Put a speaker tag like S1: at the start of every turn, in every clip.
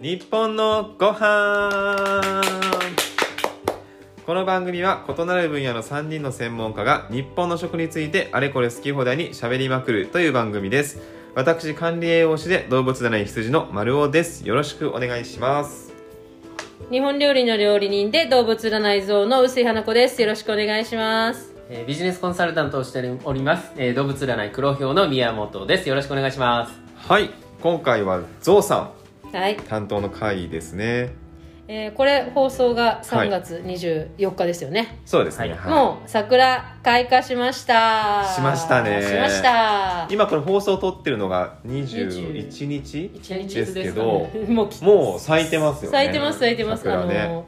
S1: 日本のご飯この番組は異なる分野の3人の専門家が日本の食についてあれこれ好き放題に喋りまくるという番組です私管理栄養士で動物じゃない羊の丸尾ですよろしくお願いします
S2: 日本料理の料理人で動物占い像の薄井花子ですよろしくお願いします
S3: えービジネスコンサルタントをしております、えー動物占い黒豹の宮本ですよろしくお願いします
S1: はい今回はゾウさ
S2: はい
S1: ん、担当の会ですね
S2: えーこれ放送が
S1: はい
S2: 3月24日ですよね、
S1: そうですね、
S3: はい
S1: はい
S2: もう桜開花しました
S1: しましたね
S2: しました
S1: 今これ放送を撮ってるのが21日
S3: 21日
S1: ですけど
S2: もうき
S1: もう咲いてますよね
S2: 咲いてます咲いてます、あ
S1: 桜
S2: の
S1: ね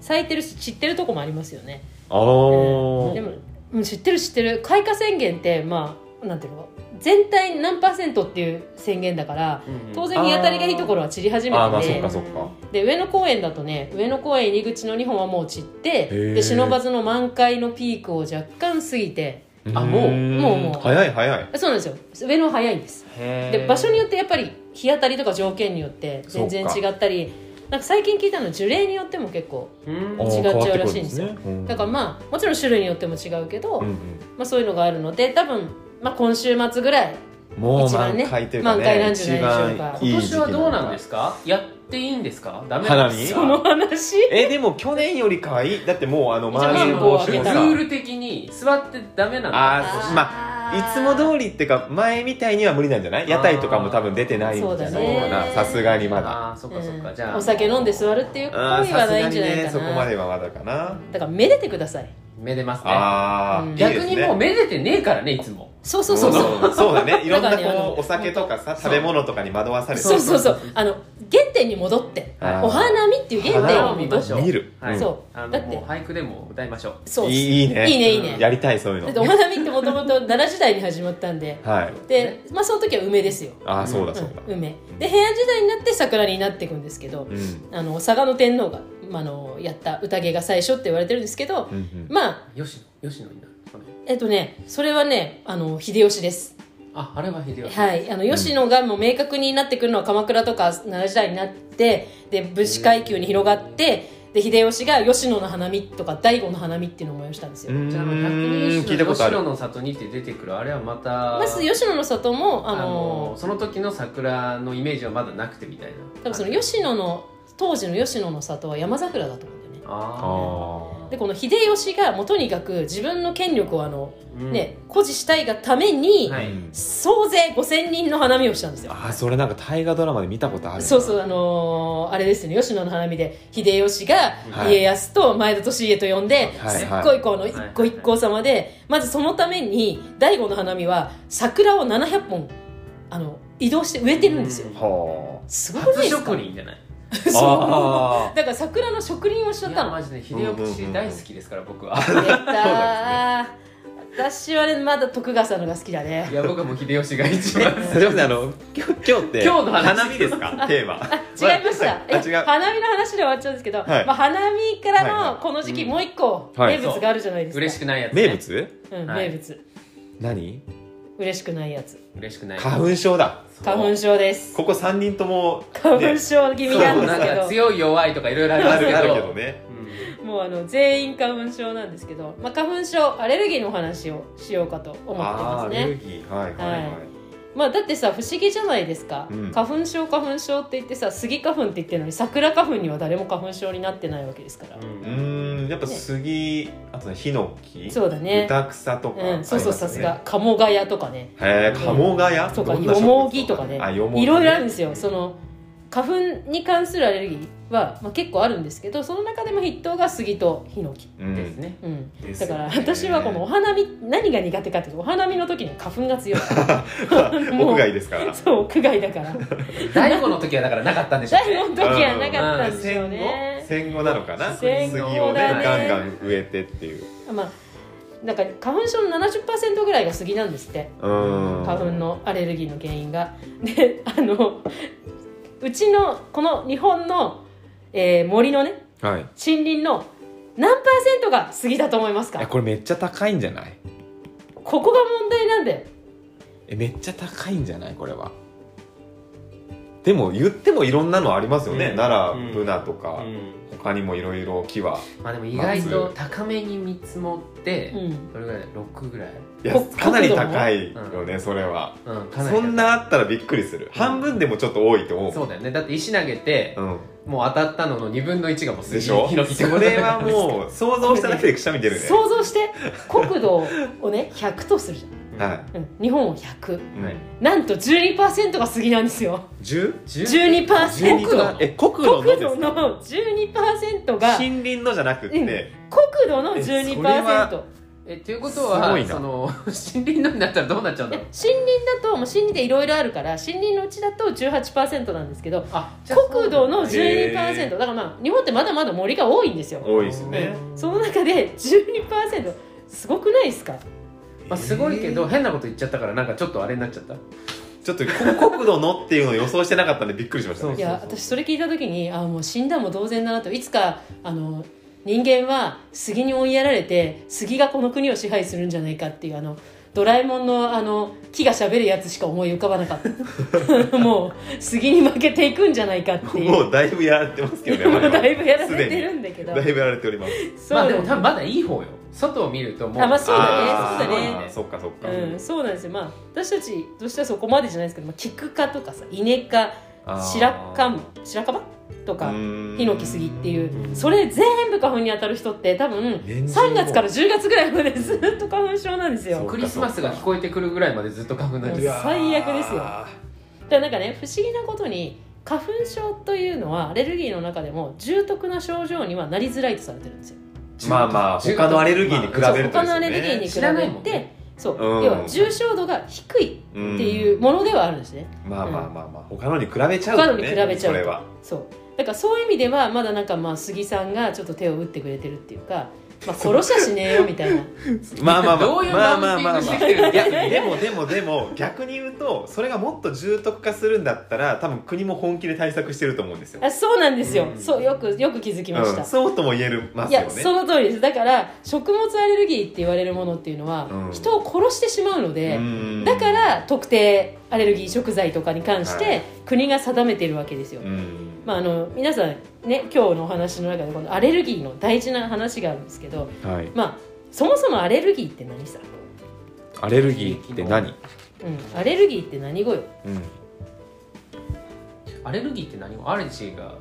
S2: 咲いてるし知ってるとこもありますよね
S1: あー
S2: でもうん知ってる知ってる開花宣言ってまあなんていうの全体に何パーセントっていう宣言だから当然日当たりがいいところは散り始め
S1: あーまあ
S2: て
S1: そってかそっか
S2: で上野公園だとね上野公園入り口の2本はもう散って
S1: へー
S2: で不忍の満開のピークを若干過ぎて
S3: あもう
S1: ーん
S2: もうもう
S1: 早い早い
S2: そうなんですよ上野早いんですで
S3: で
S2: 場所によ
S3: っ
S2: ってやっぱり日当たりとか条件によって全然
S1: そう
S2: 違ったりなんか最近聞いたのは樹齢によっても結構
S3: てうん
S1: あー
S2: 違っ
S1: 変わて
S2: ちゃう
S1: く
S2: ら
S1: る
S2: しいんですよ
S1: ねうん
S2: だからまあもちろん種類によっても違うけど、
S1: うん
S2: まあ、そういうのがあるので多分、まあ、今週末ぐらい
S1: うんもう
S2: 一番
S1: 満
S2: ね
S1: 開というかね
S2: 満開なんじゃないでしょうか
S1: 一番いい
S3: 今
S1: 時期
S3: 年はどうなんですかやっていいんですかダメなんですか
S2: この話
S1: えでも去年よりかはいいだってもうあの
S2: 一番
S1: まん延防止
S2: え
S1: も
S2: ま
S1: さ
S2: あ
S3: ルール的に座ってダメなん
S1: あーそまあいつも通りっていうか前みたいには無理なんじゃない屋台とかも多分出てないんじゃない
S2: そ
S1: か
S2: うだ
S1: な
S2: ね
S1: さすがにまだ
S3: だあーそっかそっか、
S2: うん
S3: じゃあ
S2: お酒飲んで座るっていう行
S1: あー
S2: 為は
S1: さす
S2: ない
S1: が
S2: んじ
S1: に
S2: ゃないか
S1: ね
S2: な
S1: そこまではまだかな
S2: だからめでてください
S3: めでますね
S1: ああ
S2: うん
S3: 逆にもう
S1: う
S3: めでてねえからねいつも
S2: そうそうそうそう
S1: そうそうだねいろんな
S2: だからねあ
S1: こ
S2: の
S1: うお酒とかさ食べ物とかに惑わされて
S2: そうそうそうあの原点に戻って
S1: あー
S2: お花見っていう原点
S3: 花
S2: を
S3: を見
S2: 戻
S3: ま
S2: っ
S3: しょ
S2: て
S3: う
S1: 見る
S3: はい、
S2: そ
S3: あの
S2: だって
S3: もう俳句でも歌いましょう
S2: そう
S1: いいいいね
S2: いいねいいね
S1: やりたいそういう
S2: だって
S1: の
S2: お花見ってもともと奈良時代に始まったんで
S1: はい
S2: で、まあ、その時は梅ですよ、
S1: ああそうだ
S2: う
S1: そうだ
S2: ん、梅で平安時代になって桜になっていくんですけど、
S1: うん
S2: あの嵯峨野天皇が、まあ、あのやった宴が最初って言われてるんですけど、
S1: うんうん
S2: まあ
S3: 吉野吉野になるその
S2: えっとねそれはねあの秀吉です
S3: ああれは秀吉
S2: はい、あの吉野がもう明確になってくるのは鎌倉とか奈良時代になってで武士階級に広がってで秀吉が吉野の花見とか醍醐の花見っていうのを催したんですよ、
S3: じゃあ、
S1: う
S3: 100
S1: ーん
S3: 人
S1: 聞い
S3: 吉
S1: たこ
S3: 野
S1: とあ
S3: 吉野
S1: る
S3: の里にって出てくるあれはまた
S2: まず吉野の里も、
S3: あ
S2: あ
S3: の
S2: の
S3: その時の桜のイメージはまだなくてみたいな
S2: 多分その吉野の当時の吉野の里は山桜だと思うんだよね
S3: あ
S1: あ
S2: でこの秀吉がもうとにかく自分の権力をあの、
S3: ーうん
S2: ね誇示したいがために、
S3: は
S1: う
S3: い
S1: ん
S2: 総勢5000人の花見をしたんですよ
S1: あーそれなんか大河ドラマで見たことある
S2: そうそうあのーあれですね吉野の花見で秀吉が
S1: はい
S2: 家康と前田利家と呼んで、
S1: はい
S2: すっごいこの
S3: はい
S2: 一個一個様で、まずそのために醍醐の花見は桜を700本あの移動して植えてるんですよ、
S3: うん
S1: は
S2: すごくな
S3: 初
S2: いですか
S3: 職人じゃない
S1: ああ
S2: だから桜の植林をしちゃ
S3: い
S2: った
S3: や
S2: の
S3: マジで秀吉大好きですから僕は
S2: やったー私はねまだ徳川さんのが好きだね
S3: いや僕はもう秀吉が一 番
S1: ーすいませんあの今日今日って
S3: 今日の話
S1: 花見ですかテーマ
S2: 違いました、
S1: あ違う
S2: 花見の話で終わっちゃうんですけど、
S1: はい
S2: まあ、花見から
S1: はい
S2: のこの時期
S3: うん
S2: もう一個
S1: はい
S2: 名物があるじゃないですか、
S3: 嬉しくないやつ、ね、
S1: 名物
S2: うん、
S3: は
S2: 名
S3: い
S2: 物
S1: 何
S2: 嬉しくないやつ
S3: 嬉しくない
S1: 花粉症だ
S3: そう
S2: 花粉症です
S1: ここ三人とも
S2: 花粉
S1: ね
S2: 症気味なんで
S3: そうなんか
S2: すけ
S3: 強い弱いとかいろいろあり
S1: あ
S3: ますけ
S1: る
S3: ど
S1: あるけどね
S2: どもうあの全員花粉症なんですけど、まあ、花粉症アレルギーのお話をしようかと思って
S1: ああ
S2: ます
S1: ーアレル
S2: ね
S1: ギーはいはいはい
S2: はまあだってさ不思議じゃないですか、
S1: うん
S2: 花粉症花粉症って言ってさ杉花粉って言ってるのに桜花粉には誰も花粉症になってないわけですから、
S3: うん
S1: うーんやっぱ杉あとねヒノキ
S2: そうだね
S1: 豚草とか
S2: うん、そうそうさす
S1: あ
S2: が鴨ヶ谷とかね
S1: りますねへえ鴨ヶ谷
S2: とか
S1: どんな
S2: よ
S1: 植物
S2: もぎとかね
S1: あよもぎ
S2: いろいろあるんですよその花粉に関するアレルギーは、まあ、結構あるんですけどその中でも筆頭が杉とヒノキ、
S1: うん
S3: ですね
S2: うん、
S1: です
S2: だ
S1: よね
S2: から私はこのお花見何が苦手かっていうとお花見の時に花粉が 強いもう
S1: 屋外ですから
S2: そう屋外 だから
S3: 大悟の時はだからなかったんでしょう
S2: 最
S3: ね
S2: 後の時はなかったんですよ
S1: 戦後
S2: ね、
S1: 戦後なのかな
S2: 戦後
S1: 杉
S2: だね
S1: をねガンガン植えてっていう
S2: まあなんか花粉症の70%ぐらいが杉なんですって
S1: うん
S2: 花粉のアレルギーの原因が。 であのうちのこの日本の、えー森のね
S1: はい
S2: 森林の何パーセントが杉だと思います
S1: え
S2: か
S1: これめっちゃ高いんじゃない
S2: ここが問題なんだよ
S1: えめっちゃ高いんじゃないこれはでも言ってもいろんなのありますよね、
S3: うん
S1: 奈
S3: うん
S1: 良ブナとか、他にもいろいろ木は
S3: まあでも意外と高めに見積もって、
S2: うん
S3: どれぐらい6ぐらい、
S1: いや
S2: こ
S1: かなり高いよ
S3: 角
S1: ね、それは
S3: うん、かなり
S1: そんなあったらびっくりする、半分でもちょっと多いと思う
S3: そうだよねだって石投げて、
S1: うん、
S3: もう当たったのの2分の1がもう
S1: でしょ
S3: ヒノキってこと
S1: それはもう 想像しただけでくしゃみ出るね
S2: 想像して国土 をね100とするじ
S3: う
S1: は
S2: ゃん、うん、日本を100
S1: い、
S3: はい
S2: なんと12%が杉なんですよ
S1: 10?
S2: 12%
S3: 国土
S1: え国
S2: 国
S1: 土のです
S2: 土
S1: か
S2: の12%が
S1: 森林のじゃなくって、
S2: うん国土の
S1: えそれは
S2: 12%
S3: えっていうこと
S1: す
S3: は
S1: ごいな
S3: その 森林のになったらどうなっちゃうん
S2: い
S3: だ
S2: や
S3: ろう
S2: 森林だともう森林でいろいろあるから森林のうちだと18%なんですけど
S3: あじゃあ
S2: 国土の
S1: へ
S2: 12%
S1: ー
S2: だからまあ日本ってまだまだ森が多いんですよ
S1: 多いですね、
S2: その中で12%すごくないですか
S3: まあ、すごいけど変なこと言っちゃったからなんかちょっとあれになっちゃった
S1: ちょっとこ国土のっていうのを予想してなかったんでびっくりしましたね
S2: いや私それ聞いた時にあもう死んだも同然だなといつかあの人間は杉に追いやられて杉がこの国を支配するんじゃないかっていうあのドラえもんのあの木がしゃべるやつしか思い浮かばなか ったもう杉に負けていくんじゃないかっていう
S1: もうだいぶやられてますけどね
S2: も
S1: 我
S2: う
S1: 々は
S2: だいぶやられてるんだけど
S1: すでにだいぶやられております
S2: そう
S3: まあでも多分まだいい方よ外を見るともう
S2: あまあそう
S1: あ
S2: だね
S1: ー
S2: そうだね
S1: そっかそっか、
S2: うん、そうなんですよまあ私たちとしてはそこまでじゃないですけど、まあ、キク科とかさイネ科
S1: あー
S2: 白樺白樺とか
S1: うーん
S2: ヒノキ杉っていうそれ全部花粉に当たる人って多分
S1: 年中
S2: 3月から10月ぐらいまでずっと花粉症なんですよ
S1: そ
S2: だ
S1: う
S2: か
S3: クリスマスが聞こえてくるぐらいまでずっと花粉な
S2: う
S3: んで
S2: ん
S3: すよ
S2: 最悪ですよらなんかね不思議なことに花粉症というのはアレルギーの中でも重篤な症状にはなりづらいとされてるんですよ
S1: まあまあ他のアレルギーに比
S2: そう
S1: べると
S2: 他
S1: ですよね
S2: のアレルギーに比
S3: 知らないも
S2: べて
S3: んね
S2: そう、
S1: うん
S2: 要は重症度が低いっていうものではあるんですね、
S1: まあまあまあまあ他のに比べちゃう
S2: 他
S1: よ
S2: の
S1: ね
S2: に比べちゃう
S1: それは
S2: そうだからそういう意味ではまだなんかまあ杉さんがちょっと手を打ってくれてるっていうか、 まあ、殺しゃしねえよみたいな
S1: まあまあまあ
S3: どういう
S1: ま
S3: マ
S1: あま
S3: ウ
S1: あ
S3: ンテ
S1: ま
S3: ィ
S1: あ
S3: ングし
S1: ま
S3: て
S1: あ
S3: きてるん
S1: い
S3: だ
S1: やでもでもでも逆に言うとそれがもっと重篤化するんだったら多分国も本気で対策してると思うんですよ、
S2: あそうなんですよ、
S3: うん
S2: そうよくよく気づきました、
S1: うん、そうとも言えるま
S2: い
S1: すよ
S2: や
S1: ね
S2: その通りですだから食物アレルギーって言われるものっていうのは、
S1: うん
S2: 人を殺してしまうので、
S1: うん
S2: だから特定アレルギー食材とかに関して、
S1: はい
S2: 国が定めてるわけですよ、
S1: うん
S2: まあ、あの皆さんね今日のお話の中でこのアレルギーの大事な話があるんですけど、
S1: はい
S2: まあ、そもそもアレルギーって何さ、
S1: アレルギーって何、
S2: うん、アレルギーって何語よ
S1: うん、
S3: アレルギーって何もアレルギーが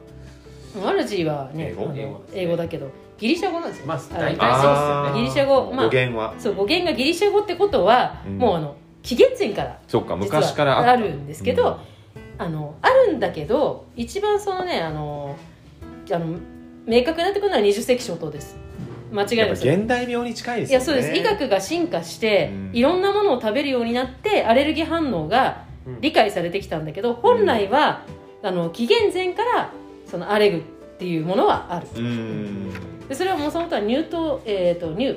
S2: アルジーはね
S1: 英語
S2: あの
S3: 英語ですね
S2: 英語だけどギリシャ語なんですよ、
S3: まあ
S2: あ
S3: 大
S2: の
S3: 体そうですよ
S1: あー
S3: ね
S2: ギリシャ語まあ
S1: 語源は
S2: そう語源がギリシャ語ってことは、
S1: うん
S2: もうあの紀元前から
S1: そっか
S2: 実は
S1: 昔から
S2: あるんですけど、あのあるんだけど一番そのねあのあの明確になってくるのは二十世紀初頭です間違い
S1: やっ
S2: な
S1: ぱ
S2: くそう
S1: 現代病に近いです
S2: い
S1: よね
S2: やそうです医学が進化して、
S1: うん
S2: いろんなものを食べるようになってアレルギー反応が
S3: うん
S2: 理解されてきたんだけど本来は、あの紀元前からそのアレグっていうものはある
S1: うん
S2: でそれはもともとは乳糖、えー、と乳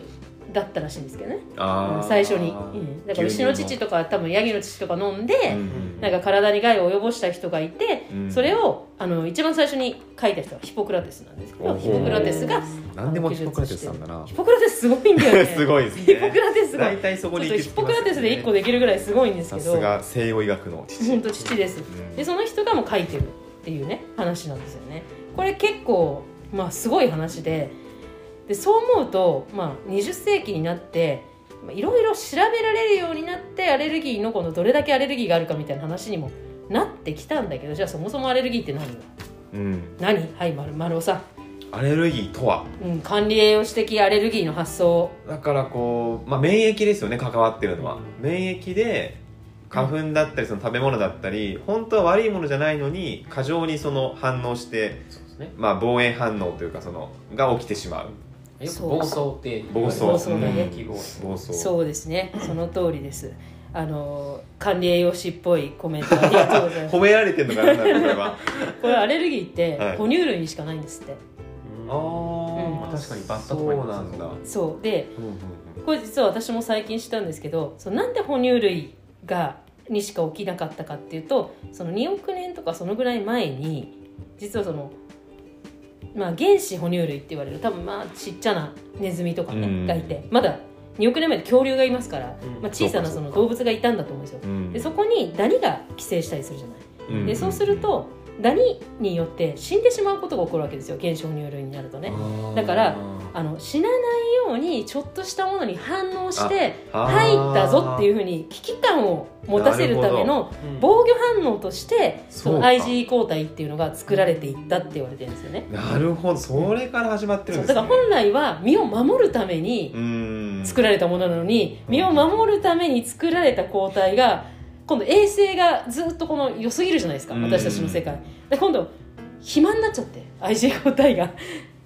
S2: だったらしいんですけどね
S1: あー
S2: 最初に、うんだから牛の乳とか多分ヤギの乳とか飲ん
S1: う
S2: で、
S1: ん
S2: なんか体に害を及ぼした人がいて、
S1: うん
S2: それをあの一番最初に書いた人はヒポクラテスなんですけ
S1: お
S2: ど
S1: ー
S2: ヒポクラテスが
S1: 何でもヒポクラテスさんだな
S2: ヒポクラテスすごいんだよ ね
S1: すごいですね
S2: ヒポクラテスが
S1: 大体そ
S2: ちょ
S1: こ
S2: っ
S1: に
S2: と
S1: 行き着
S2: ヒ
S1: き
S2: ポ
S1: ま
S2: ク
S1: す
S2: ラ
S1: よね
S2: テスで1個できるぐらいすごいんです
S1: さ
S2: け
S1: す
S2: ど
S1: が西洋医学の父
S2: 本当父です
S1: うん
S2: でその人がもう書いてるっていうね話なんですよねこれ結構まあすごい話ででそう思うと、まあ、20世紀になってまあいろいろ調べられるようになってアレルギーのこのどれだけアレルギーがあるかみたいな話にもなってきたんだけどじゃあそもそもアレルギーって何
S1: うん
S2: 何はい丸丸尾さ
S1: アレルギーとは
S2: ん、うん、管理栄養士的アレルギーの発想
S1: だからこう、まあ、免疫ですよね関わってるのは、
S3: うん
S1: 免疫で花粉だったりその食べ物だったり本当は悪いものじゃないのに過剰にその反応して、
S3: そうですね
S1: まあ、防衛反応というかそのが起きてしまう
S3: よく暴走って
S1: 暴走
S2: 暴走だね
S3: うん暴走
S1: 暴走
S2: そうです ねその通りですあの管理栄養士っぽいコメントありがとうございます
S1: 褒められてるのかななんかこれは
S2: これアレルギーって
S1: はい
S2: 哺乳類にしかないんですって、
S3: うん
S1: あ
S3: ま
S1: ー
S3: あ確かにバッタとかい
S1: そう
S3: ます
S1: なんだ、
S2: そうで
S1: うんうん
S2: これ実は私も最近知ったんですけどそうなんで哺乳類がにしか起きなかったかっていうとその2億年とかそのぐらい前に実はその、まあ、原始哺乳類って言われる多分まあちっちゃなネズミとかね、
S1: うん
S2: がいてまだ2億年前で恐竜がいますから、
S3: うん
S2: まあ、小さなそ
S1: そうかそう
S2: の
S1: か
S2: 動物がいたんだと思うんですよ
S1: うん
S2: でそこにダニが寄生したりするじゃない。
S1: うんうん
S2: でそうするとダニによって死んでしまうことが起こるわけですよ減少乳類になるとねだからあの死なないようにちょっとしたものに反応して入ったぞっていう
S1: う
S2: ふうに危機感を持たせるための
S3: ー
S2: 防御反応としてそ
S1: そう
S2: の
S1: か
S2: IgE 抗体っていうのが作られていったって言われてるんですよね。
S1: なるほどそれから始まってるん
S2: そう
S1: です
S2: だ
S1: ね
S2: から本来は身を守るために
S1: うん
S2: 作られたものなのに
S1: うん
S2: 身を守るために作られた抗体が今度衛生がずっとこの良すぎるじゃないですか
S1: うん
S2: 私たちの世界で今度暇になっちゃって IgE 抗体が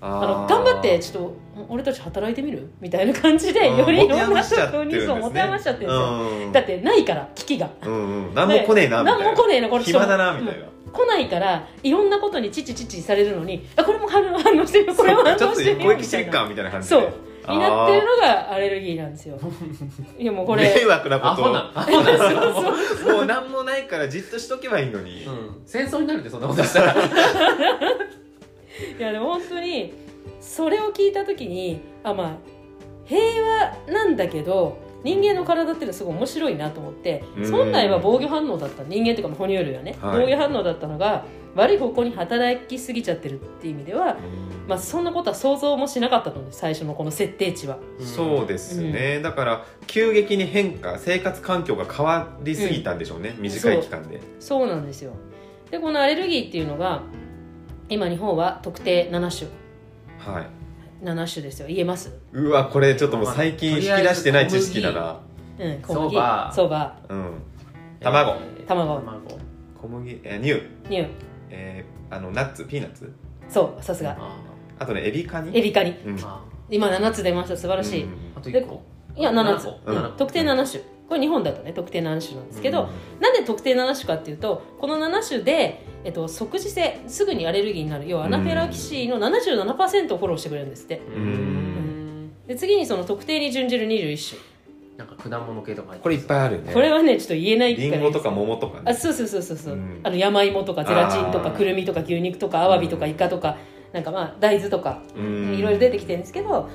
S2: あの
S1: あー
S2: 頑張ってちょっと俺たち働いてみるみたいな感じで
S1: うん
S2: よりい
S1: 持て
S2: ろん
S1: 余
S2: な
S1: しちゃ
S2: と
S1: って
S2: こ
S1: るん
S2: に
S1: です
S2: そう
S1: ね
S2: 持て余しちゃってるんですよ
S1: うん
S2: だってないから危機が
S1: うんうん何も来ねえなみたいな
S2: 何も来ねえなこれ
S1: 暇だなみたい
S2: うん
S1: な
S2: 来ないからいろんなことにチチチチされるのにあこれも反応反応してるよこれも反応
S1: ちょっと
S2: してる
S1: 攻
S2: よ
S1: 撃
S2: み
S1: したてっ
S2: いな
S1: かみたいな感じで
S2: そうになってる
S1: の
S2: のがアレルギーなんですよいやもうこ
S1: 迷
S2: れ
S1: 惑な
S3: ア
S1: こ
S3: ホな
S1: と
S3: アホな
S1: もう何もないからじっとしとけばいいのに
S3: うん戦争になるってそんなことしたら
S2: いやでも本当にそれを聞いた時にあまあ平和なんだけど人間の体っていうのはすごい面白いなと思って
S1: うん
S2: 本来は防御反応だった人間っていうかまあ哺乳類はね、
S1: はい
S2: 防御反応だったのが悪い方向に働きすぎちゃってるっていう意味では、まあ、そんなことは想像もしなかったと思うんです最初のこの設定値は。
S1: そうですね、だから急激に変化生活環境が変わりすぎたんでしょうね、短い期間で
S2: そうなんですよでこのアレルギーっていうのが今日本は特定7
S1: はい
S2: 種7種ですよ言えます
S1: うわこれちょっともう最近引き出してない知識だな
S2: うん
S3: そば
S2: そば
S1: うん卵
S3: えー
S2: 卵
S3: 卵
S1: 小麦えー乳
S2: 乳
S1: えーあのナッツピーナッツ
S2: そうさすが
S3: あ
S1: あとねエビカニ
S2: エビカニ
S1: うん
S3: ーあ
S2: 今7つ出ました素晴らしい、
S1: うん
S3: ーあと1個
S2: いや7つ、
S1: うん
S2: うん特定7種これ日本だとね特定7種なんですけど、なんで特定7種かっていうとこの7種で、えっと、即時性すぐにアレルギーになる要はアナフィラキシーの77%をフォローしてくれるんですって
S3: う
S1: うん
S3: ん
S2: で次にその特定に準じる21種
S3: なんか果物系とか入って
S1: これいっぱいあるね
S2: これはねちょっと言えない
S1: リ
S2: ら
S1: ンゴとか桃とか
S2: あ
S1: ね
S2: そうそうそうそうそう、
S1: うん
S2: あの山芋とかゼラチンとか
S1: あー
S2: くるみとか牛肉とかアワビとかイカとか、なんかまあ大豆とかいろいろ出てきてるんですけど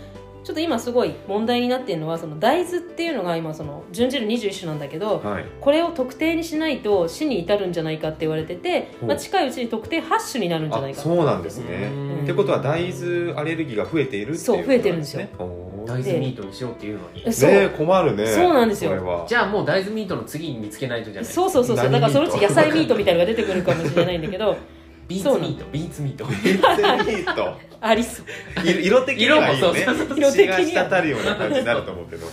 S2: ちょっと今すごい問題になってるのはその大豆っていうのが今その純汁21種なんだけど
S1: はい
S2: これを特定にしないと死に至るんじゃないかって言われてて、
S1: ほう
S2: まあ、近いうちに特定8種になるんじゃな
S1: あ
S2: いか
S1: そうなんですね
S3: うん
S1: ってことは大豆アレルギーが増えているっていう
S2: そう増えてるんですよ
S1: ことなん
S3: 大
S1: で
S3: 豆ミートにしようっていうのに
S2: え
S1: す
S2: そう
S1: ねおーねえ困るね
S2: そうなんですよ
S1: これは
S3: じゃあもう大豆ミートの次に見つけないとじゃない
S2: そうそうそうそうだ
S1: 何
S2: からそのう
S1: ミート
S2: ち野菜ミートみたいのが出てくるかもしれないんだけ ど
S3: ビーツミートビーツミート
S1: 大豆ミート
S2: ありそう
S1: 色色的にはいいよね
S3: 色もそうそうそう
S2: 色的には
S1: 血が滴るような感じになると思うけど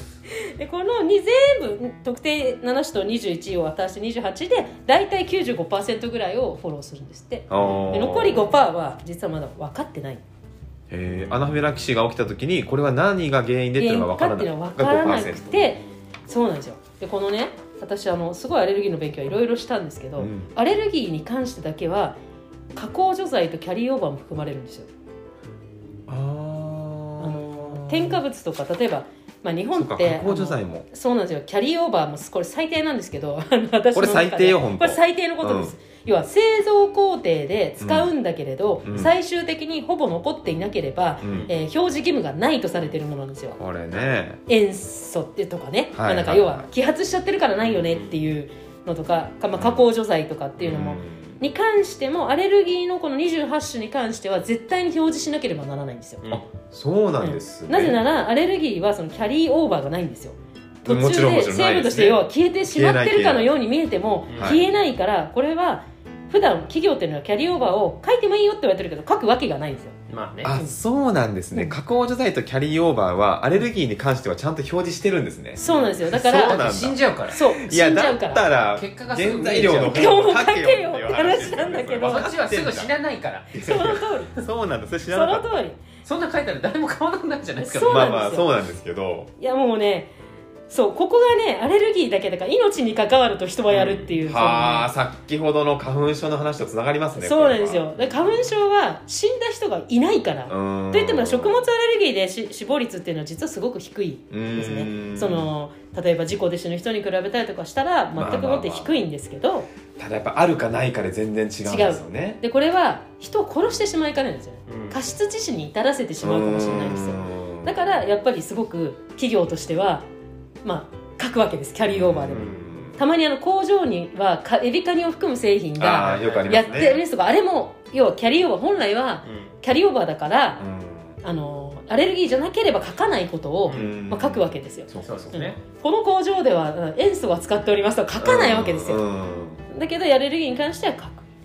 S2: でこのに全部特定7種と21を渡して28で大体95%ぐらいをフォローするんですってで残り5%は実はまだ分かってない
S1: えー、アナフィラキシーが起きた時にこれは何が原因でっていうのが分か
S2: 原
S1: ら
S2: 因
S1: ない
S2: かっていうのは分からなく
S1: が
S2: てそうなんですよでこのね私あのすごいアレルギーの勉強はいろいろしたんですけど、
S1: うん
S2: アレルギーに関してだけは加工除剤とキャリーオーバーも含まれるんですよ
S1: 5%あの
S2: 添加物とか例えば、まあ、日本
S1: そうか
S2: って
S1: 加工除
S2: あ
S1: 剤
S2: の
S1: も
S2: そうなんですよキャリーオーバーもこれ最低なんですけど あの私の中で
S1: これ最低よほんと
S2: これ最低のことです、要は製造工程で使うんだけれど、
S1: うんうん
S2: 最終的にほぼ残っていなければ、
S1: うん
S2: えー表示義務がないとされているものなんですよ
S1: これね
S2: 塩素ってとかね、
S1: はい
S2: まあ、なんか要は揮発しちゃってるからないよねっていうのとか、かまあ、加工除剤とかっていうのも、
S1: ん
S2: に関してもアレルギーのこの28種に関しては絶対に表示しなければならないんですよ、
S1: あそうなんです、ね
S2: なぜならアレルギーはそのキャリーオーバーがないんですよ途
S1: もち
S2: 中
S1: ろんも
S2: で
S1: ちろんな
S2: 成
S1: い
S2: 分
S1: で
S2: と
S1: す
S2: し
S1: ね
S2: て要は消えてしまってるかのように見えても
S1: ない
S3: 消え
S2: 消えないからこれは普段企業っていうのはキャリーオーバーを書いてもいいよって言われてるけど書くわけがないんですよ
S3: まあね
S1: あそうなんですね、
S2: うん
S1: 加工除剤とキャリーオーバーはアレルギーに関してはちゃんと表示してるんですね
S2: そうなんですよだか
S1: そうなん
S2: ら
S1: だ
S3: 死んじゃうから
S2: そう死ん
S1: い
S2: じ
S1: や
S2: ゃ
S1: だ
S2: う
S1: っ
S2: か
S1: た
S2: ら
S1: ら
S3: 結果がすぐ
S1: 原材料の
S2: 今
S1: 方
S2: 日
S1: を
S2: も書けよ
S1: 書ですよね
S2: って話なんだけど
S1: これ
S3: こっちはすぐ死なないから
S2: その通り
S1: そうなんだそれ知
S2: そ
S1: らなか
S2: の
S1: った
S2: 通り
S3: そんな書いたら誰も買わなくなるじゃないですか
S2: そう
S1: ま
S2: なん
S1: あ
S2: ですよ
S1: まあそうなんですけど
S2: いやもうねそうここがねアレルギーだけだから命に関わると人はやるっていう、
S1: はあ先ほどの花粉症の話とつながりますね
S2: そうなんですよだから花粉症は死んだ人がいないから、と
S1: と
S2: いっても食物アレルギーでし死亡率っていうのは実はすごく低いですねその例えば事故で死ぬ人に比べたりとかしたら
S1: まあ
S2: 全くもって低いんですけど、
S1: ただやっぱあるかないかで全然違うんですよね
S2: でこれは人を殺してしまいかねないんですよね
S3: うん
S2: 過失致死に至らせてしまうかもしれないんですよ
S1: うん
S2: だからやっぱりすごく企業としてはまあ書くわけですキャリーオーバーで
S1: う
S2: も。
S1: ん
S2: たまにあの工場にはかエビカニを含む製品
S1: あ
S2: が
S1: あーよくありま
S2: や
S1: す
S2: っ
S1: ね
S2: てるんですとかあれも要はキャリーオーバー本来はキャリーオーバーだから、あのアレルギーじゃなければ書かないことを、
S1: うん
S2: まあ、書くわけですよ
S1: そう
S3: そうですね。
S2: この工場ではうん塩素は使っておりますとは書かないわけですよ、
S1: うんうん
S2: だけどアレルギーに関しては書く、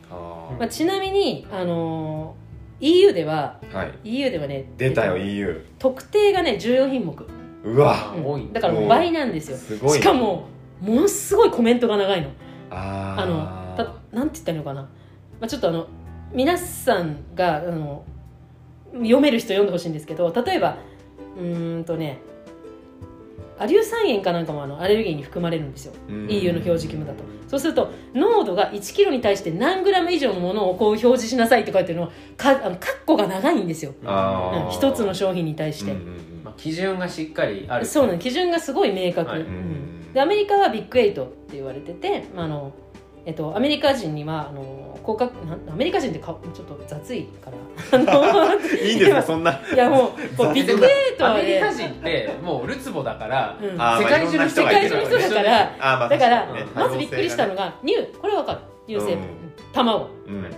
S1: あ
S2: まあ、ちなみに、あのー EU では
S1: ーはい
S2: EU ではね
S1: 出たよ
S2: えっと
S1: EU
S2: 特定がね14品目、
S1: うわ
S2: うん
S3: 多い。
S2: だからもう倍なんですよ
S1: すごい
S2: しかもものすごいコメントが長いの
S1: あー
S2: あのたなんて言ったらいいのかな、まあ、ちょっとあの皆さんがあの読める人読んでほしいんですけど例えばうーんとねアリュ酸塩かなんかもあのアレルギーに含まれるんですよ
S1: うん
S2: EU の表示義務だとそうすると濃度が1キロに対して何グラム以上のものをこう表示しなさいって書いてるのはかあのカッコが長いんですよ
S1: あー
S2: うん一つの商品に対して、
S1: うんうん
S3: まあ基準がしっかりある。
S2: そうなの
S3: です。
S2: 基準がすごい明確、
S3: はいうん
S2: でアメリカはビッグエイトって言われてて、まああのえっと、アメリカ人にはあの高価なんアメリカ人ってかちょっと雑いからあの
S1: いいんですよそんな
S2: いやもうこうビッグエイト
S3: ア
S2: は
S3: メリカ
S2: ね、
S3: 人ってもうルツボだから
S2: う、ん、世
S1: あー
S3: 世界中の人が
S2: 界
S3: いる
S2: 中の
S3: から
S2: 人だから
S1: あーまあ
S2: だから、
S1: 確かにね
S2: まずびっくりしたのが乳これわかる乳成分、
S1: うん
S2: 卵
S1: うん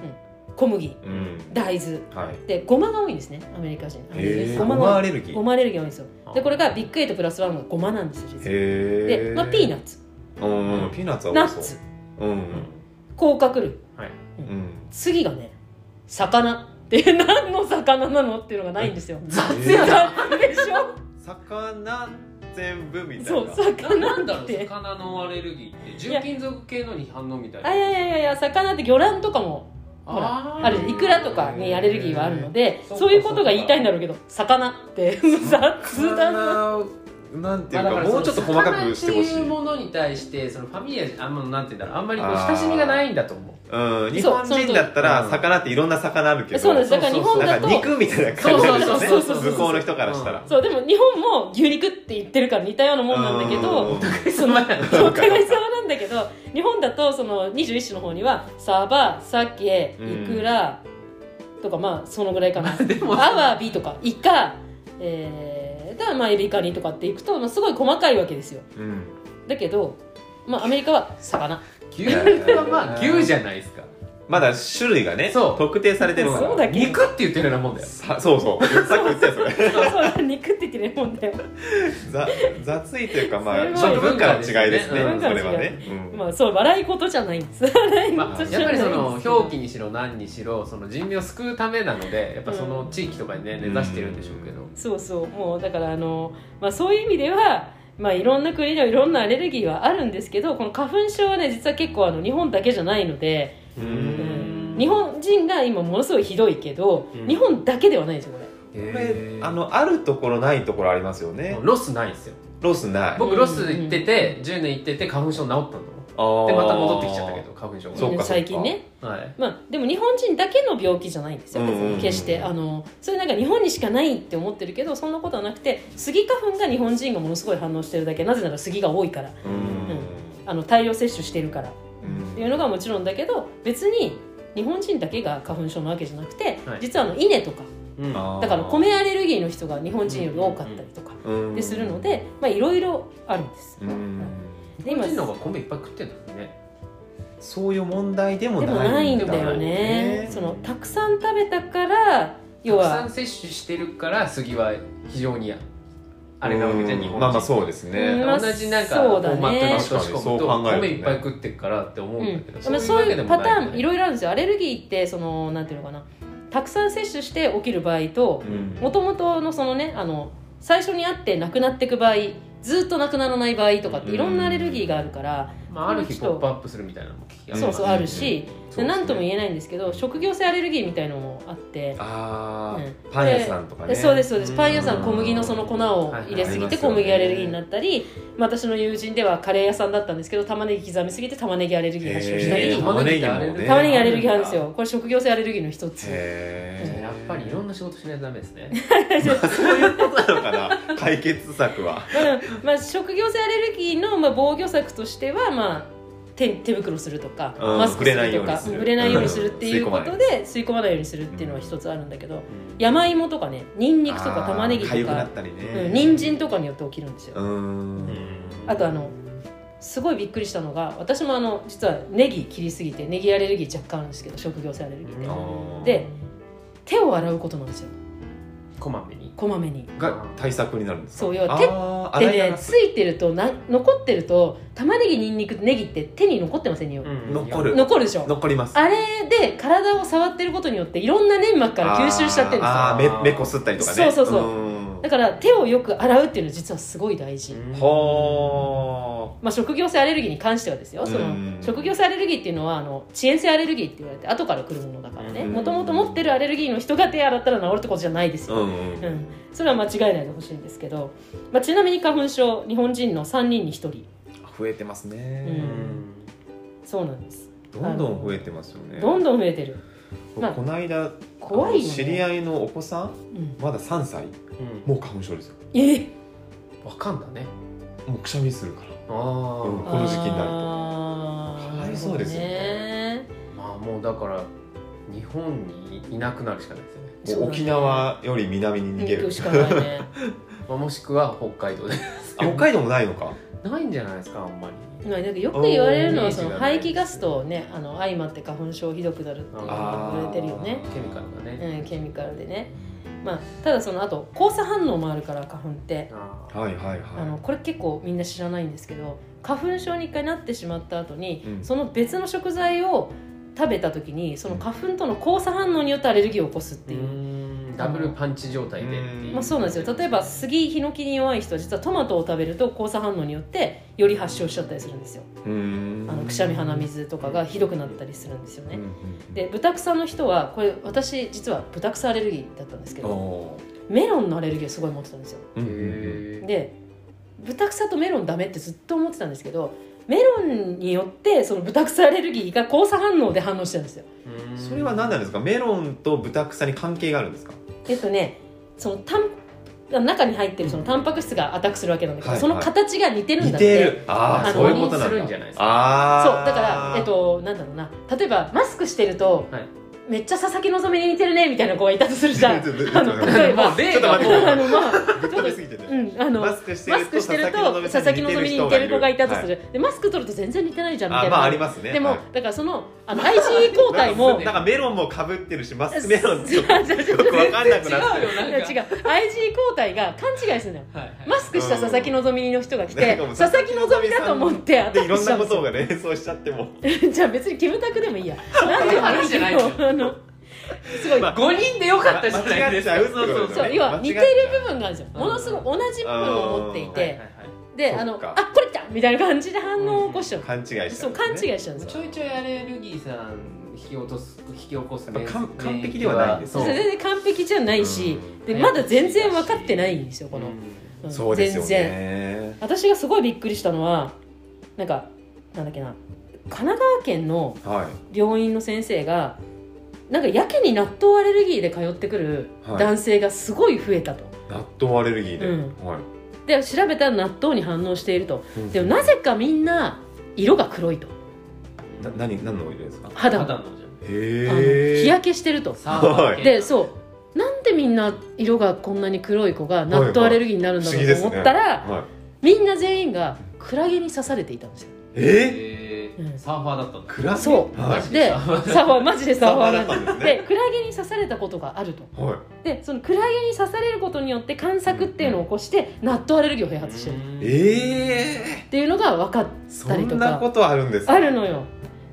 S2: 小麦
S1: うん
S2: 大豆
S1: はい
S2: でごまが多いんですねアメリカ人アメリカ
S1: へえ
S2: 人ご
S1: ご
S2: ま
S1: まア
S2: が
S1: レルギー
S2: ご
S1: へ
S2: まアレルギーが多いんですよでこれがビッグエイトプラスワンがごまなんですよ実は
S1: え
S2: で、まあ、ピーナッツ
S1: うんうんピーナッツは
S2: ナ
S1: 多
S2: ッ
S1: そう
S2: ツ
S1: うん
S2: 甲殻類
S1: うん
S2: 次がね魚で 何の魚なのっていうのがないんですよ雑
S1: や
S2: でしょ
S1: 魚全部みたいな
S2: そう
S3: ななん
S2: 魚
S3: だろ
S2: っ
S3: う
S2: て
S3: 魚のアレルギーって重金属系のに反応みたいな
S2: あいやいやいやいや魚って魚卵とかもほ
S3: あー
S2: らあるじゃんいくらとかにアレルギーはあるので
S3: そうか
S2: そういうことが言いたいんだろうけど魚って 雑だな
S1: 魚をなんていう
S3: まあ
S1: か
S3: だら
S1: もうちょっと細かくしてほし
S3: 魚っていう
S1: い
S3: ものに対してそのファミリアじゃあんまなんて言うんだろうあんまりこう
S1: あー
S3: 親しみがないんだと思う
S1: うん、日
S2: そう
S1: 本人だった
S3: う
S1: ら
S3: ん
S1: 魚っていろんな魚あるけど
S2: そうなんです
S3: そう
S2: だから日本
S1: な
S2: だ
S1: ん
S2: と
S1: か肉みたいな感じなんですよ
S2: そうそうそうそうそうそう
S1: ね向こうの人からしたら、
S2: そうでも日本も牛肉って言ってるから似たようなもんなんだけ
S1: うん
S2: ど そのそうお互い様なんだけど日本だとその21種の方にはサバ鮭イクラとかまあそのぐらいかな
S3: でも
S2: アワビとかイカえー、だからまあエビカニとかっていくと、まあ、すごい細かいわけですよ
S1: うん
S2: だけど、まあ、アメリカは魚
S3: 牛はまあ牛じゃないですか
S1: まだ種類がね
S3: そう
S1: 特定されてるから
S2: そうだっけ
S3: 肉って言ってるようなもんだよ
S1: さそうそうさっき言ってたよそれ
S2: そうそう肉って言ってるもんだよ
S1: ざ雑いというかまあ
S2: それは
S1: ちょっと文化の違いですね
S3: 文
S1: そ
S2: 化の違い
S1: れはね、うん
S2: まあそう笑い事じゃないんです笑い
S3: まあ、
S2: 事じゃ
S3: やっ
S2: な
S3: ぱ
S2: いん
S3: り
S2: です
S3: その表記にしろ何にしろその人命を救うためなのでやっぱその地域とかにね根ざしてるんでしょうけど
S2: そうそうもうだからあの、まあ、そういう意味では、まあ、いろんな国のいろんなアレルギーはあるんですけどこの花粉症はね実は結構あの日本だけじゃないので、
S1: う
S2: うんん日本人が今ものすごいひどいけど、
S1: うん
S2: 日本だけではないんですよこれ。
S1: これあ
S3: あの
S1: のあるところないところありますよね
S3: ロスないんですよ
S1: ロスない
S3: 僕ロス行ってて10年行ってて花粉症治ったので
S1: で
S3: また戻ってきちゃったけど花粉症
S1: そうかそうか
S2: 最近ね、
S3: がはい
S2: まあ、でも日本人だけの病気じゃないんですよ、
S1: うんうんうん
S2: 決してあのそれなんか日本にしかないって思ってるけどそんなことはなくてスギ花粉が日本人がものすごい反応してるだけなぜならスギが多いから
S1: うん
S2: あの大量摂取してるから
S1: うん
S2: っていうのがもちろんだけど別に日本人だけが花粉症なわけじゃなくて、
S3: はい
S2: 実はあの稲とか
S3: うん
S1: あー
S2: だから米アレルギーの人が日本人より多かったりとか
S1: うん
S2: でするのでまあいろいろあるんです。
S1: うん
S2: で
S3: 日
S2: 今
S3: 本人の方が米いっぱい食ってんだね
S1: そういう問題でも
S2: でも
S1: な
S2: ない
S1: い
S2: ん
S1: ん
S2: だ
S1: だ
S2: よ
S1: よ
S2: ね
S1: ね。
S2: そのたくさん食べたから要
S3: たくさ
S2: は
S3: ん摂取してるから杉は非常にあれなわけじゃん日本人
S1: まあまあそうです
S2: う
S1: ね
S2: まあ
S3: 同じなんか
S2: そ
S3: フ
S2: うだね
S3: ォーマットに落と
S1: 確
S3: し込む
S1: かにそう考
S3: と
S1: える
S3: 米
S1: ね
S3: いっぱい食ってっからって思う
S2: うん
S3: だ
S2: ん
S3: けど、
S2: まあそういうパターンい
S3: い
S2: ろいろあるんですよアレルギーってそのなんていうのかなたくさん摂取して起きる場合と
S1: うん
S2: もともとのそのねあの最初にあってなくなっていく場合ずっとなくならない場合とかっていろんなアレルギーがあるから。
S3: まあ、ある日ポップアップするみたいなのも聞き
S2: そうそうあるし、
S1: そ
S2: で
S1: うですね
S2: なんとも言えないんですけど職業性アレルギーみたいのもあって
S1: あー
S2: うん
S1: パン屋さんとかね
S2: でそうですそうです
S3: うん
S2: パン屋さん小麦のその粉を入
S1: はいはいありま
S2: れすぎ
S1: す
S2: て
S1: よね
S2: 小麦アレルギーになったり、まあ、私の友人ではカレー屋さんだったんですけど玉ねぎ刻みすぎて玉ねぎアレルギー発症したり、
S1: へー玉ねぎもね
S2: 玉ねぎアレルギーあるんですよこれ職業性アレルギーの一つ
S1: へー
S3: やっぱりいろんな仕事しないとダメですね
S1: そういうことなのかな解決策は
S2: まあまあ、職業性アレルギーのまあ防御策としては、まあ、手手袋するとか
S1: うん
S2: マスクする
S1: 触れ
S2: と
S1: ないように
S2: か
S1: する
S2: 触れないようにするっていうこと
S1: うん
S2: で吸い込まないようにするっていうのは一つあるんだけど山芋とかねニンニクとか玉ねぎと
S1: あー痒くな
S2: か
S1: ったりね
S2: うん人参とかによって起きるんですよ、
S1: うーん
S2: あとあのすごいびっくりしたのが私もあの実はネギ切りすぎてネギアレルギー若干あるんですけど職業性アレルギーで
S1: ー
S2: で手を洗うことなんですよ
S3: こまめに
S2: こまめに。
S1: が対策になるんですか
S2: そう要は手っ
S1: あー
S2: て
S1: 洗い
S2: ね
S1: 流す
S2: ついてるとな残ってると玉ねぎにんにくネギって手に残ってませんよ、
S1: 残る
S2: 残るでしょ
S1: 残ります
S2: あれで体を触ってることによっていろんな粘膜から吸収しちゃってるんですよ
S1: あーあー目目こすったりとかね
S2: そうそうそう
S1: うん
S2: だから手をよく洗うっていうのは実はすごい大事、
S1: は
S2: まあ、職業性アレルギーに関してはですよその
S1: うん
S2: 職業性アレルギーっていうのはあの遅延性アレルギーって言われて後から来るものだからね
S1: うん
S2: もともと持ってるアレルギーの人が手洗ったら治るってことじゃないです
S1: あ
S2: よ、
S1: うんうん
S2: うんそれは間違えないでほしいんですけど、まあ、ちなみに花粉症日本人の3人に1人
S1: 増えてますね、
S3: うん
S2: そうなんです
S1: どんどん増えてますよね
S2: どんどん増えてるまあ
S1: この間
S2: 怖いよ、
S1: あ
S2: ね、
S1: の知り合いのお子さん
S2: うん、
S1: まだ3歳もう花粉症ですよ
S2: え
S3: わかんだね
S1: もうくしゃみするから
S3: ああ、
S1: うんこの時期になると
S2: あー
S1: かわいそうですよね
S2: なるほどね
S3: まあもうだから日本にいなくなるしかないですよね、
S2: そう
S1: も
S2: だ
S1: う
S2: ね
S1: 沖縄より南に逃げ
S2: 行
S1: る
S2: くしかないね
S3: まあ、もしくは北海道で
S1: あ北海道もないのか
S3: ないんじゃないですかあんまり
S2: まあ なんかよく言われるの
S1: お
S2: は
S1: ー
S2: その排気ガスとねあの相まって花粉症ひどくなるっていうのが言われてるよね、
S3: ケミカルだね、
S2: うん、ケミカルでね、まあ、ただそのあと交差反応もあるから花粉って
S3: あー
S1: はいはい
S2: あの
S1: は
S2: これ結構みんな知らないんですけど花粉症に一回なってしまった後に、
S1: うん
S2: その別の食材を食べた時にその花粉との交差反応によってアレルギーを起こすっていうう、
S3: んダブルパンチ状態でってい
S1: うん
S2: まあ、そうなんですよ例えば杉ヒノキに弱い人は実はトマトを食べると交差反応によってより発症しちゃったりするんですよ
S1: いうん
S2: あのくしゃみ鼻水とかがひどくなったりするんですよね、
S1: うんうん
S2: でブタクサの人はこれ私実はブタクサアレルギーだったんですけ
S1: うん
S2: ど
S1: おー
S2: メロンのアレルギーをすごい持ってたんですよ
S1: うんうんうん
S3: へー
S2: でブタクサとメロンダメってずっと思ってたんですけどメロンによってそのブタクサアレルギーが交差反応で反応してるんですよ
S3: うん
S1: それは何なんですかメロンと豚草に関係があるんですか
S2: えっとねそのたん中に入ってるそのタンパク質がアタックするわけなんだけど、
S1: はい
S2: その形が似てるん
S1: 似
S2: だって
S1: てるああ
S2: あの
S1: そういうことなん
S3: するんじ
S1: だ
S3: ゃないですか
S1: あ
S2: そ
S1: ー
S2: うだからえっとなんだろうな例えばマスクしてると、
S3: はい
S2: めっちゃ佐々木希に似てるねみたいな子がいたとするじゃ ん
S1: ちょっと
S2: あの例えば
S3: もう例
S1: ちょっと
S3: が
S1: 待
S3: も
S1: って
S2: あのまあ
S1: ぶっ飛びすぎてて
S2: うんあの
S1: マスクして
S2: マ
S1: る
S2: ス
S1: と
S2: クしてると佐々木希に似てる子がいたとする、でマスク取ると全然似てないじゃんみた
S1: あ
S2: い
S1: ま
S2: な、
S1: あありますね
S2: でも、
S1: はい
S2: だからそのあの IgE 抗体
S1: なん
S2: も
S1: かなんかメロンもかぶってるしマスクメロンちょっと
S2: 違う
S1: よ
S2: 違う違う
S1: くわかんなくなって
S3: 違うよ
S2: い
S3: な
S2: や違
S3: んか
S2: う IgE 抗体が勘違いするのよ
S3: はいはい
S2: マスクした佐々木希の人が来
S1: なん
S2: て
S1: かもう
S2: 佐々木希だと思ってアタ
S1: でい
S2: ック
S1: ろ
S2: し
S1: ん
S2: た
S1: なんこ
S2: です
S1: と
S2: よ
S1: が連想しちゃっても
S2: じゃあ別にキムタクでもいいや何でもいいけ
S3: じゃないです
S2: どあのすごい、
S1: まあ
S3: 五人でよかったじゃないですか
S1: 間違っちゃうってことです
S2: そ
S1: よ
S2: う
S1: ね
S2: 要は
S1: 間違
S2: 似
S1: え
S2: て
S1: ちゃ
S2: いる
S1: う
S2: 部分があるんですよ
S3: うん
S2: ものすごく同じ部分を持ってい
S3: はいはい
S2: て
S3: はい
S2: で
S1: そっか
S2: あのあこれだみたいな感じで反応を起こしちゃう、
S1: 勘違いしちゃう、ね、
S2: そう勘違いしちゃうんですよ
S3: ちょいちょいアレルギーさん引き落とす引き起こす
S1: やっぱ完
S3: 免疫
S1: 完璧ではないんです
S3: そう
S2: 全然完璧じゃないし、
S1: う
S2: でまだ全然分かってないんですよこの、
S3: うん
S2: うん
S1: そうですよ
S2: 全然
S1: ね
S2: 私がすごいびっくりしたのはなんかなんだっけな神奈川県の
S1: は
S2: 病院の先生がなんかやけに納豆アレルギーで通ってくる
S1: はい
S2: 男性がすごい増えたと、
S1: い納豆アレルギーで、
S2: うん
S1: はい
S2: で調べたら納豆に反応していると
S1: うん
S2: でもなぜかみんな色が黒いと
S1: な何何の色ですか
S2: 肌
S3: 肌
S2: があ
S3: のじゃん
S1: へ
S2: の
S1: え
S2: 日焼けしてると
S3: サーファー系
S2: でそうなんでみんな色がこんなに黒い子が納豆アレルギーになるんだろうと思ったら、
S1: はい、
S2: みんな全員がクラゲに刺されていた んですよ、
S1: え
S3: え
S2: う
S3: ー
S2: ん
S3: サーファーだったんだ
S1: クラゲ
S2: そう
S1: はい
S3: マジ
S2: で
S3: サーファー
S2: サーファーマジでサーファーなん
S1: サーファーだったんです
S2: で
S1: ね
S2: クラゲに刺されたことがあると
S1: はい
S2: でそのクラゲに刺されることによって観作っていうのを起こして納豆アレルギーを併発してる
S3: うん
S1: ええ
S2: っていうのが分かっ
S1: そんなことあるんです
S2: あるのよ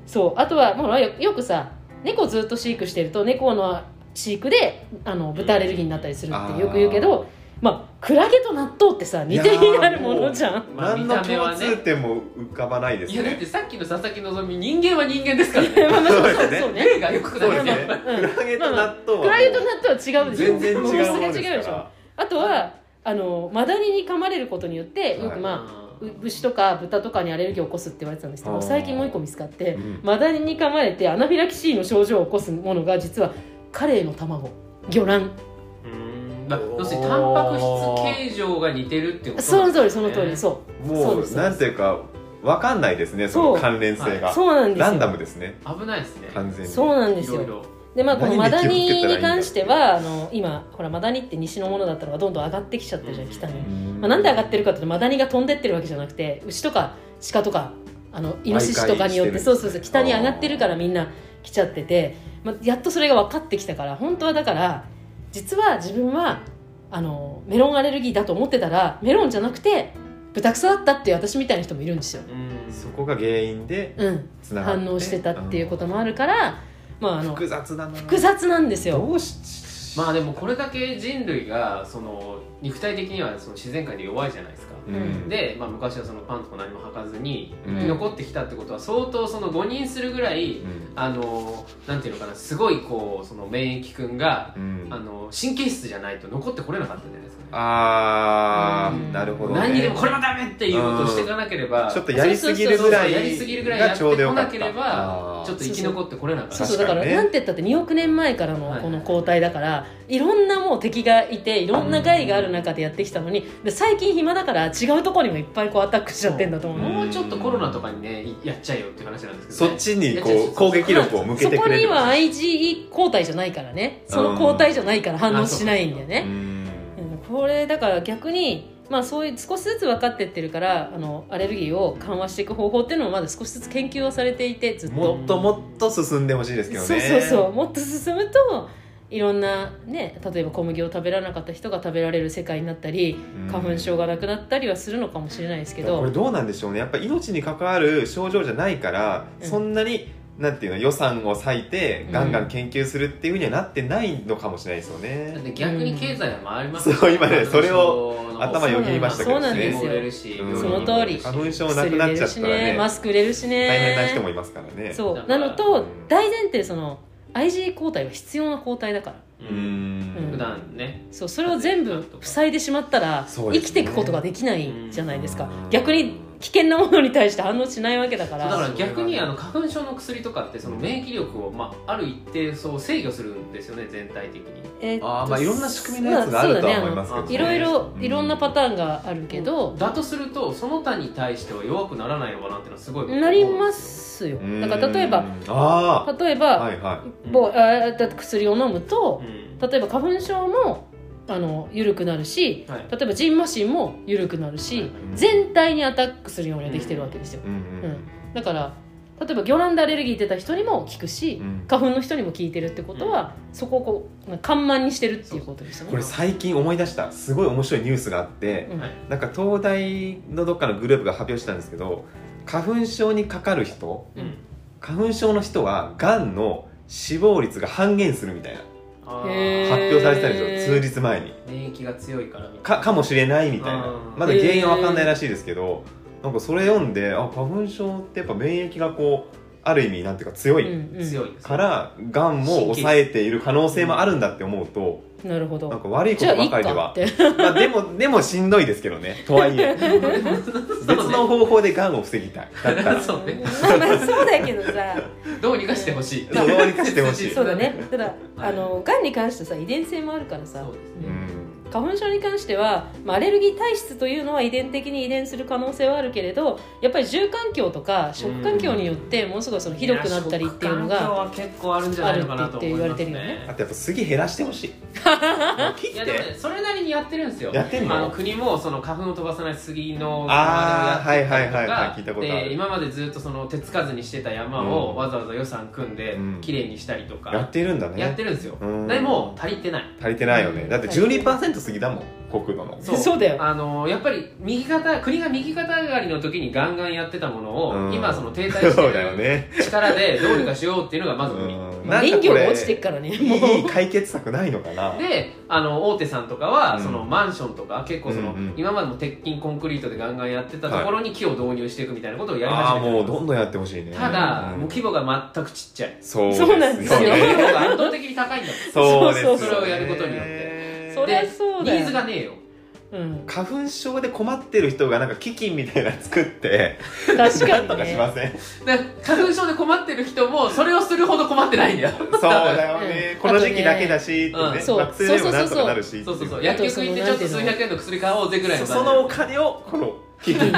S2: そうあとはもうよよくさ猫ずっと飼育してると猫の飼育であの豚アレルギーになったりするってよく言うけどまあクラゲと納豆ってさ似てになるものじゃん
S3: まあ
S1: 何
S3: 見
S1: の
S3: た目は
S1: 共
S3: ね
S1: 通点も浮かばないです
S3: いやだっ
S1: ね
S3: てさっきの佐々木希人間は人間ですからね
S2: まあまあそ
S1: そ
S2: う
S1: うですね
S2: そうね
S3: 例がよく
S1: そ
S3: な
S1: うで
S3: い
S1: すね
S2: うん
S1: クラゲと納豆は
S2: クラゲと納豆は違うでし
S1: 全
S2: ょ
S1: 然違うも
S2: も
S1: の
S2: のすごい違う
S1: で
S2: ですし
S1: か
S2: ょ
S1: ら
S2: あとはあのマダニに噛まれることによってよ
S1: は
S2: く
S1: い
S2: まあ、う牛とか豚とかにアレルギーを起こすって言われてたんですけ
S1: あ
S2: ど
S1: ー
S2: 最近もう一個見つかって、
S1: うん
S2: マダニに噛まれてアナフィラキシーの症状を起こすものが実はカレイの卵魚卵
S3: うんまあ要するにタンパク質形状が似てるってこと
S2: そ
S3: なん
S2: の
S3: です
S2: 通
S3: ね
S2: りその通りそ
S1: も
S2: そうで
S1: う
S2: す
S1: なんていうかわかんないですねその
S2: そう
S1: 関連性
S2: う
S1: が
S2: そうなんですよ
S1: ランダムですね
S3: 危ないですね
S1: 完全に
S2: そうなんです
S3: いろい
S2: よ
S3: ろ
S2: でまあこのマダ
S1: 何に気をつけ
S2: ニ
S1: たらいい
S2: に
S1: んだ
S2: 関してはあの今ほらマダニって西のものだったのがどんどん上がってきちゃってるじゃん北に、まあ、なんで上がってるかというとマダニが飛んでってるわけじゃなくて牛とか鹿とかあのイノシシとかによっ
S1: 媒
S2: て
S1: 介してる
S2: そうそうそう北に上がってるからみんな来ちゃってて、まあ、やっとそれが分かってきたから本当はだから実は自分はあのメロンアレルギーだと思ってたらメロンじゃなくて豚草だったっていう私みたいな人もいるんですよ。
S1: そこが原因で
S2: うん、
S1: つながって
S2: 反応してたっていうこともあるから、まあ、あの
S1: 複雑だな
S2: 複雑なんですよ。
S1: どうし
S3: まあでもこれだけ人類がその肉体的にはその自然界で弱いじゃないですか、
S1: うん
S3: で、まあ、昔はそのパンとか何も履かずに
S1: うん
S3: 生き残ってきたってことは相当その誤認するぐらい
S1: うん
S3: あのなんていうのかなすごいこうその免疫君が
S1: うん
S3: あの神経質じゃないと残ってこれなかったんじゃないですかね
S1: あ
S2: うん
S1: ーなるほどね
S3: 何にでもこれはダメっていうことをしていかなければ
S1: ちょっとやりすぎるぐらい
S3: そうそうそうやりすぎるぐらいや
S1: が
S3: っ
S1: ち
S3: て
S1: ょうど
S3: こ
S1: よか
S3: な
S1: った
S3: ければちょっと生き残ってこれなかった
S2: そう
S1: 確
S2: そうだ
S1: かに
S2: から、
S1: ね
S2: なんて言ったって2億年前から
S3: はいは
S2: の
S3: い
S2: この抗体だからいろんなもう敵がいていろんな害がある中でやってきたのにで最近暇だから違うところにもいっぱいこうアタックしちゃってんだと思う
S1: そう
S2: の
S3: もうちょっとコロナとかにねやっちゃえよっていう話なんですけど、
S1: そ
S3: ね、
S1: っちにこう攻撃力を向け
S2: そ
S1: て
S2: こ
S1: くれ
S2: に
S1: る
S2: は IgE 抗体じゃないからねその抗体じゃないから反応しないんだよね
S1: う、ん
S2: うんこれだから逆に、まあ、そういう少しずつ分かってってるからあのアレルギーを緩和していく方法っていうのもまだ少しずつ研究はされていてずっと
S1: もっともっと進んでほしいですけどね
S2: そうそうそうもっと進むといろんなね例えば小麦を食べられなかった人が食べられる世界になったり
S1: うん
S2: 花粉症がなくなったりはするのかもしれないですけ
S1: これ
S2: ど、
S1: どうなんでしょうねやっぱ命に関わる症状じゃないから、
S2: うん
S1: そんなになんていうの予算を割いてガンガン研究するっていうふうにはなってないのかもしれないですよね、
S3: だって逆に経済は回りますよ
S1: そう今ねそれを頭
S2: よぎりましたけどねそうなんですよ
S3: 売れるし
S1: うん
S2: その通り
S1: 花粉症な
S2: 薬
S1: く
S2: 売
S1: なっ
S2: れ
S1: ちゃ
S2: る
S1: った
S2: し
S1: ら
S2: ね
S1: ね
S2: マスク売れるしね
S1: 大変な人もいますからねう
S2: そう
S3: だから
S2: なの
S1: う
S2: と
S1: ん大
S2: 大前提その IgE 抗体は必要な抗体だから
S1: ーん
S2: うん
S3: 普段ね
S2: そうそれを全部塞いでしまったら
S1: そう
S2: 生
S1: ですね
S2: きていくことができないじゃないですか
S1: うん
S2: 逆に危険なものに対して反応しないわけだか
S3: だ
S2: ら
S3: から逆にあの花粉症の薬とかってその免疫力を、まあ、ある一定そう制御するんですよね全体的に
S2: えーっと
S1: あーまあいろんな仕組みのやつがあるとは思いますけど、
S3: そう
S2: い
S3: だね
S2: ろいろ
S1: うん
S2: いろんなパターンがあるけど、
S3: だとするとその他に対しては弱くならないのかなっていうのはすごい僕思
S2: な
S3: うん
S2: り
S3: ですよ
S2: ますよだから例え
S1: う
S2: ば
S1: んあ
S2: 例え
S1: あ
S2: ば、
S1: はいは
S2: ぼあだって薬を飲むと
S3: う、ん
S2: 例えば花粉症もあの緩くなるし
S3: はい
S2: 例えばジンマシンも緩くなるし、
S1: い
S2: 全体にアタックするようにはできてるわけですよ、
S1: うん
S2: だから例えば魚卵でアレルギー出た人にも効くし、
S1: うんうん
S2: 花粉の人にも効いてるってことは、そこをこう緩慢にしてるっていうことですよね
S1: これ最近思い出したすごい面白いニュースがあって、
S2: うん
S3: はい
S1: なんか東大のどっかのグループが発表してたんですけど花粉症にかかる人
S3: うん
S1: 花粉症の人はがんの死亡率が半減するみたいな
S3: あ
S2: へ
S3: ー
S2: ー
S1: 発表されてたんですよ、
S2: へー
S1: 数日前に
S3: 免疫が強いからみたいな
S1: かかもしれないみたいな
S3: うん
S1: まだ原因は分かんないらしいですけどなんかそれ読んであ花粉症ってやっぱ免疫がこうある意味なんていうか強い
S2: うんうん
S3: 強いです
S1: からがんも抑えている可能性もあるんだって思うと
S2: なるほど
S1: なんか悪いこ
S2: じゃあ
S1: と
S2: い
S1: ば
S2: い
S1: かりで
S2: かっ
S1: は
S2: て
S1: まあでも でもしんどいですけどねとはい え別の方法でがんを防ぎたいだったら
S3: そうね
S2: まあそうだけどさ
S3: どうにかしてほしい
S1: どうにかしてほしい
S2: そうだ ねただあのがんに関してさ遺伝性もあるからさ
S3: そうです
S1: う
S3: ね
S1: ん
S2: 花粉症に関しては、まあ、アレルギー体質というのは遺伝的に遺伝する可能性はあるけれどやっぱり住環境とか食環境によってものすごいそのひどくなったりっていうの
S3: や
S2: が
S3: 食環境は結構あるんじゃないのかなと思います、ね、
S2: あるって言って言われてる
S1: あとやっぱ杉減らしてほしいもう切
S3: いや
S1: っ
S3: でも
S1: て
S3: ねそれなりにやってるんですよ
S1: やってんの
S3: あの国もその花粉を飛ばさない杉の
S1: あー
S3: 山でもやって
S1: はいはいはいはい聞いた
S3: たりと
S1: こ
S3: か
S1: とある
S3: で今までずっとその手つかずにしてた山を
S1: うん
S3: わざわざ予算組んで
S1: うん
S3: 綺麗にしたりとか、
S1: やってるんだね
S3: やってるんですよ、
S1: うん
S3: でも足りてない
S1: 足りてないよねだって12%過ぎだもん国土の
S2: そうだよ
S3: あのやっぱり右肩国が右肩上がりの時にガンガンやってたものを、
S1: うん
S3: 今その停滞 し
S1: そう
S3: て
S1: だよ
S3: る
S1: ね
S3: 力でどうにかしようっていうのがまず無理、
S1: うんなんか
S2: 林業
S1: これ
S2: が落ちてっからねもう
S1: いい解決策ないのかな
S3: であの大手さんとかは、
S1: うん
S3: そのマンションとか結構その、
S1: うんうん
S3: 今までも鉄筋コンクリートでガンガンやってたところに木を導入していくみたいなことをやり
S1: あ
S3: 始
S1: あ
S3: めた、
S1: もうどんどんやってほしいね
S3: ただ、
S1: うん
S3: もう規模が全くちっちゃい
S1: そうです
S2: そうなんですよ
S3: 規
S1: ね
S3: 模が圧倒的に高いんだもん
S1: そうですよね
S3: そうそうそれをやることによって
S2: そりゃそうだよ
S3: ニーズがねえよ
S2: うん、
S1: 花粉症で困ってる人がなんか基金みたいなの作って
S2: 確か
S1: なんと
S2: に
S1: かし
S2: ね
S1: ません
S3: で花粉症で困ってる人もそれをするほど困ってないんだよ
S1: そうだよね
S2: うん
S1: この時期だけだしってね
S3: うん
S2: そう
S1: 学生でもなんとかなるし
S3: そうそうそう
S1: ってい
S3: 薬局行ってちょっと数百円の薬買おうぜぐらい
S1: そ
S3: の
S1: そのお金をこの基金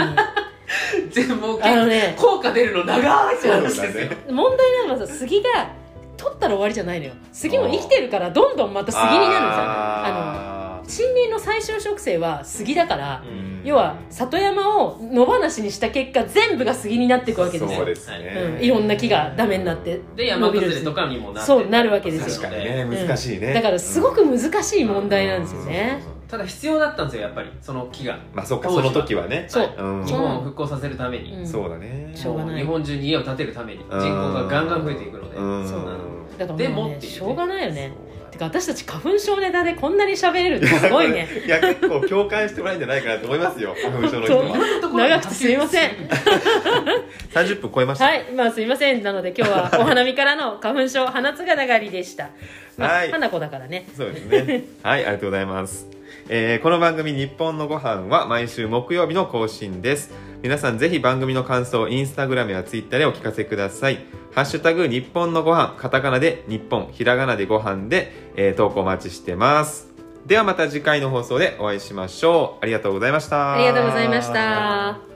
S3: 全部
S2: あのね
S3: 効果出るの長いって
S1: そう
S3: 話です
S1: だ
S3: よ
S1: ね
S2: 問題なのはさ杉が取ったら終わりじゃないのよ杉も生きてるからどんどんまた杉になるんですよあ
S1: あ
S2: の森林の最終植生は杉だから、
S1: ー
S3: の
S1: うん
S2: 要は里山を野放しにした結果全部が杉になっていくわけです
S1: そう
S2: よ、
S1: ですね、
S2: うん、いろんな木がダメになって
S3: で山崩れとかにもなって
S2: そうなるわけです
S1: 確
S2: よ
S1: かにね
S2: ん
S1: 難しいね、
S2: だからすごく難しい問題なんですよ
S1: うん
S2: ね
S1: そうそう
S3: ただ必要だったんですよやっぱりその木が
S1: そうまあそっかそ
S3: 当時
S1: の
S3: は
S1: 時はね
S2: そう
S1: うん
S3: 日本を復興させるために、
S2: うん
S1: そうだね
S2: しょうがない
S3: も日本中に家を建てるために人口がガンガン増えていくので、
S1: うん
S2: そうな
S3: の
S2: だから
S3: で
S2: もう
S3: も
S2: ね
S3: っていうね
S2: しょうがないよね
S1: そうだ
S2: てか私たち花粉症ネタでこんなに喋れるってすごいね
S1: いや結構共感してもらえるんじゃないかなと思いますよ花粉症の人
S2: 本
S1: は
S3: ところに
S2: 長くてすみません
S1: 30分超えました
S2: はいまあすみませんなので今日はお花見からの花粉症花つがながりでした、まあ
S1: はい
S2: 花子だからね
S1: そうですねはいありがとうございます、えーこの番組「日本のご飯は毎週木曜日の更新です皆さんぜひ番組の感想をインスタグラムやツイッターでお聞かせくださいハッシュタグ日本のご飯カタカナで日本ひらがなでご飯で、えー投稿お待ちしてますではまた次回の放送でお会いしましょうありがとうございました
S2: ありがとうございました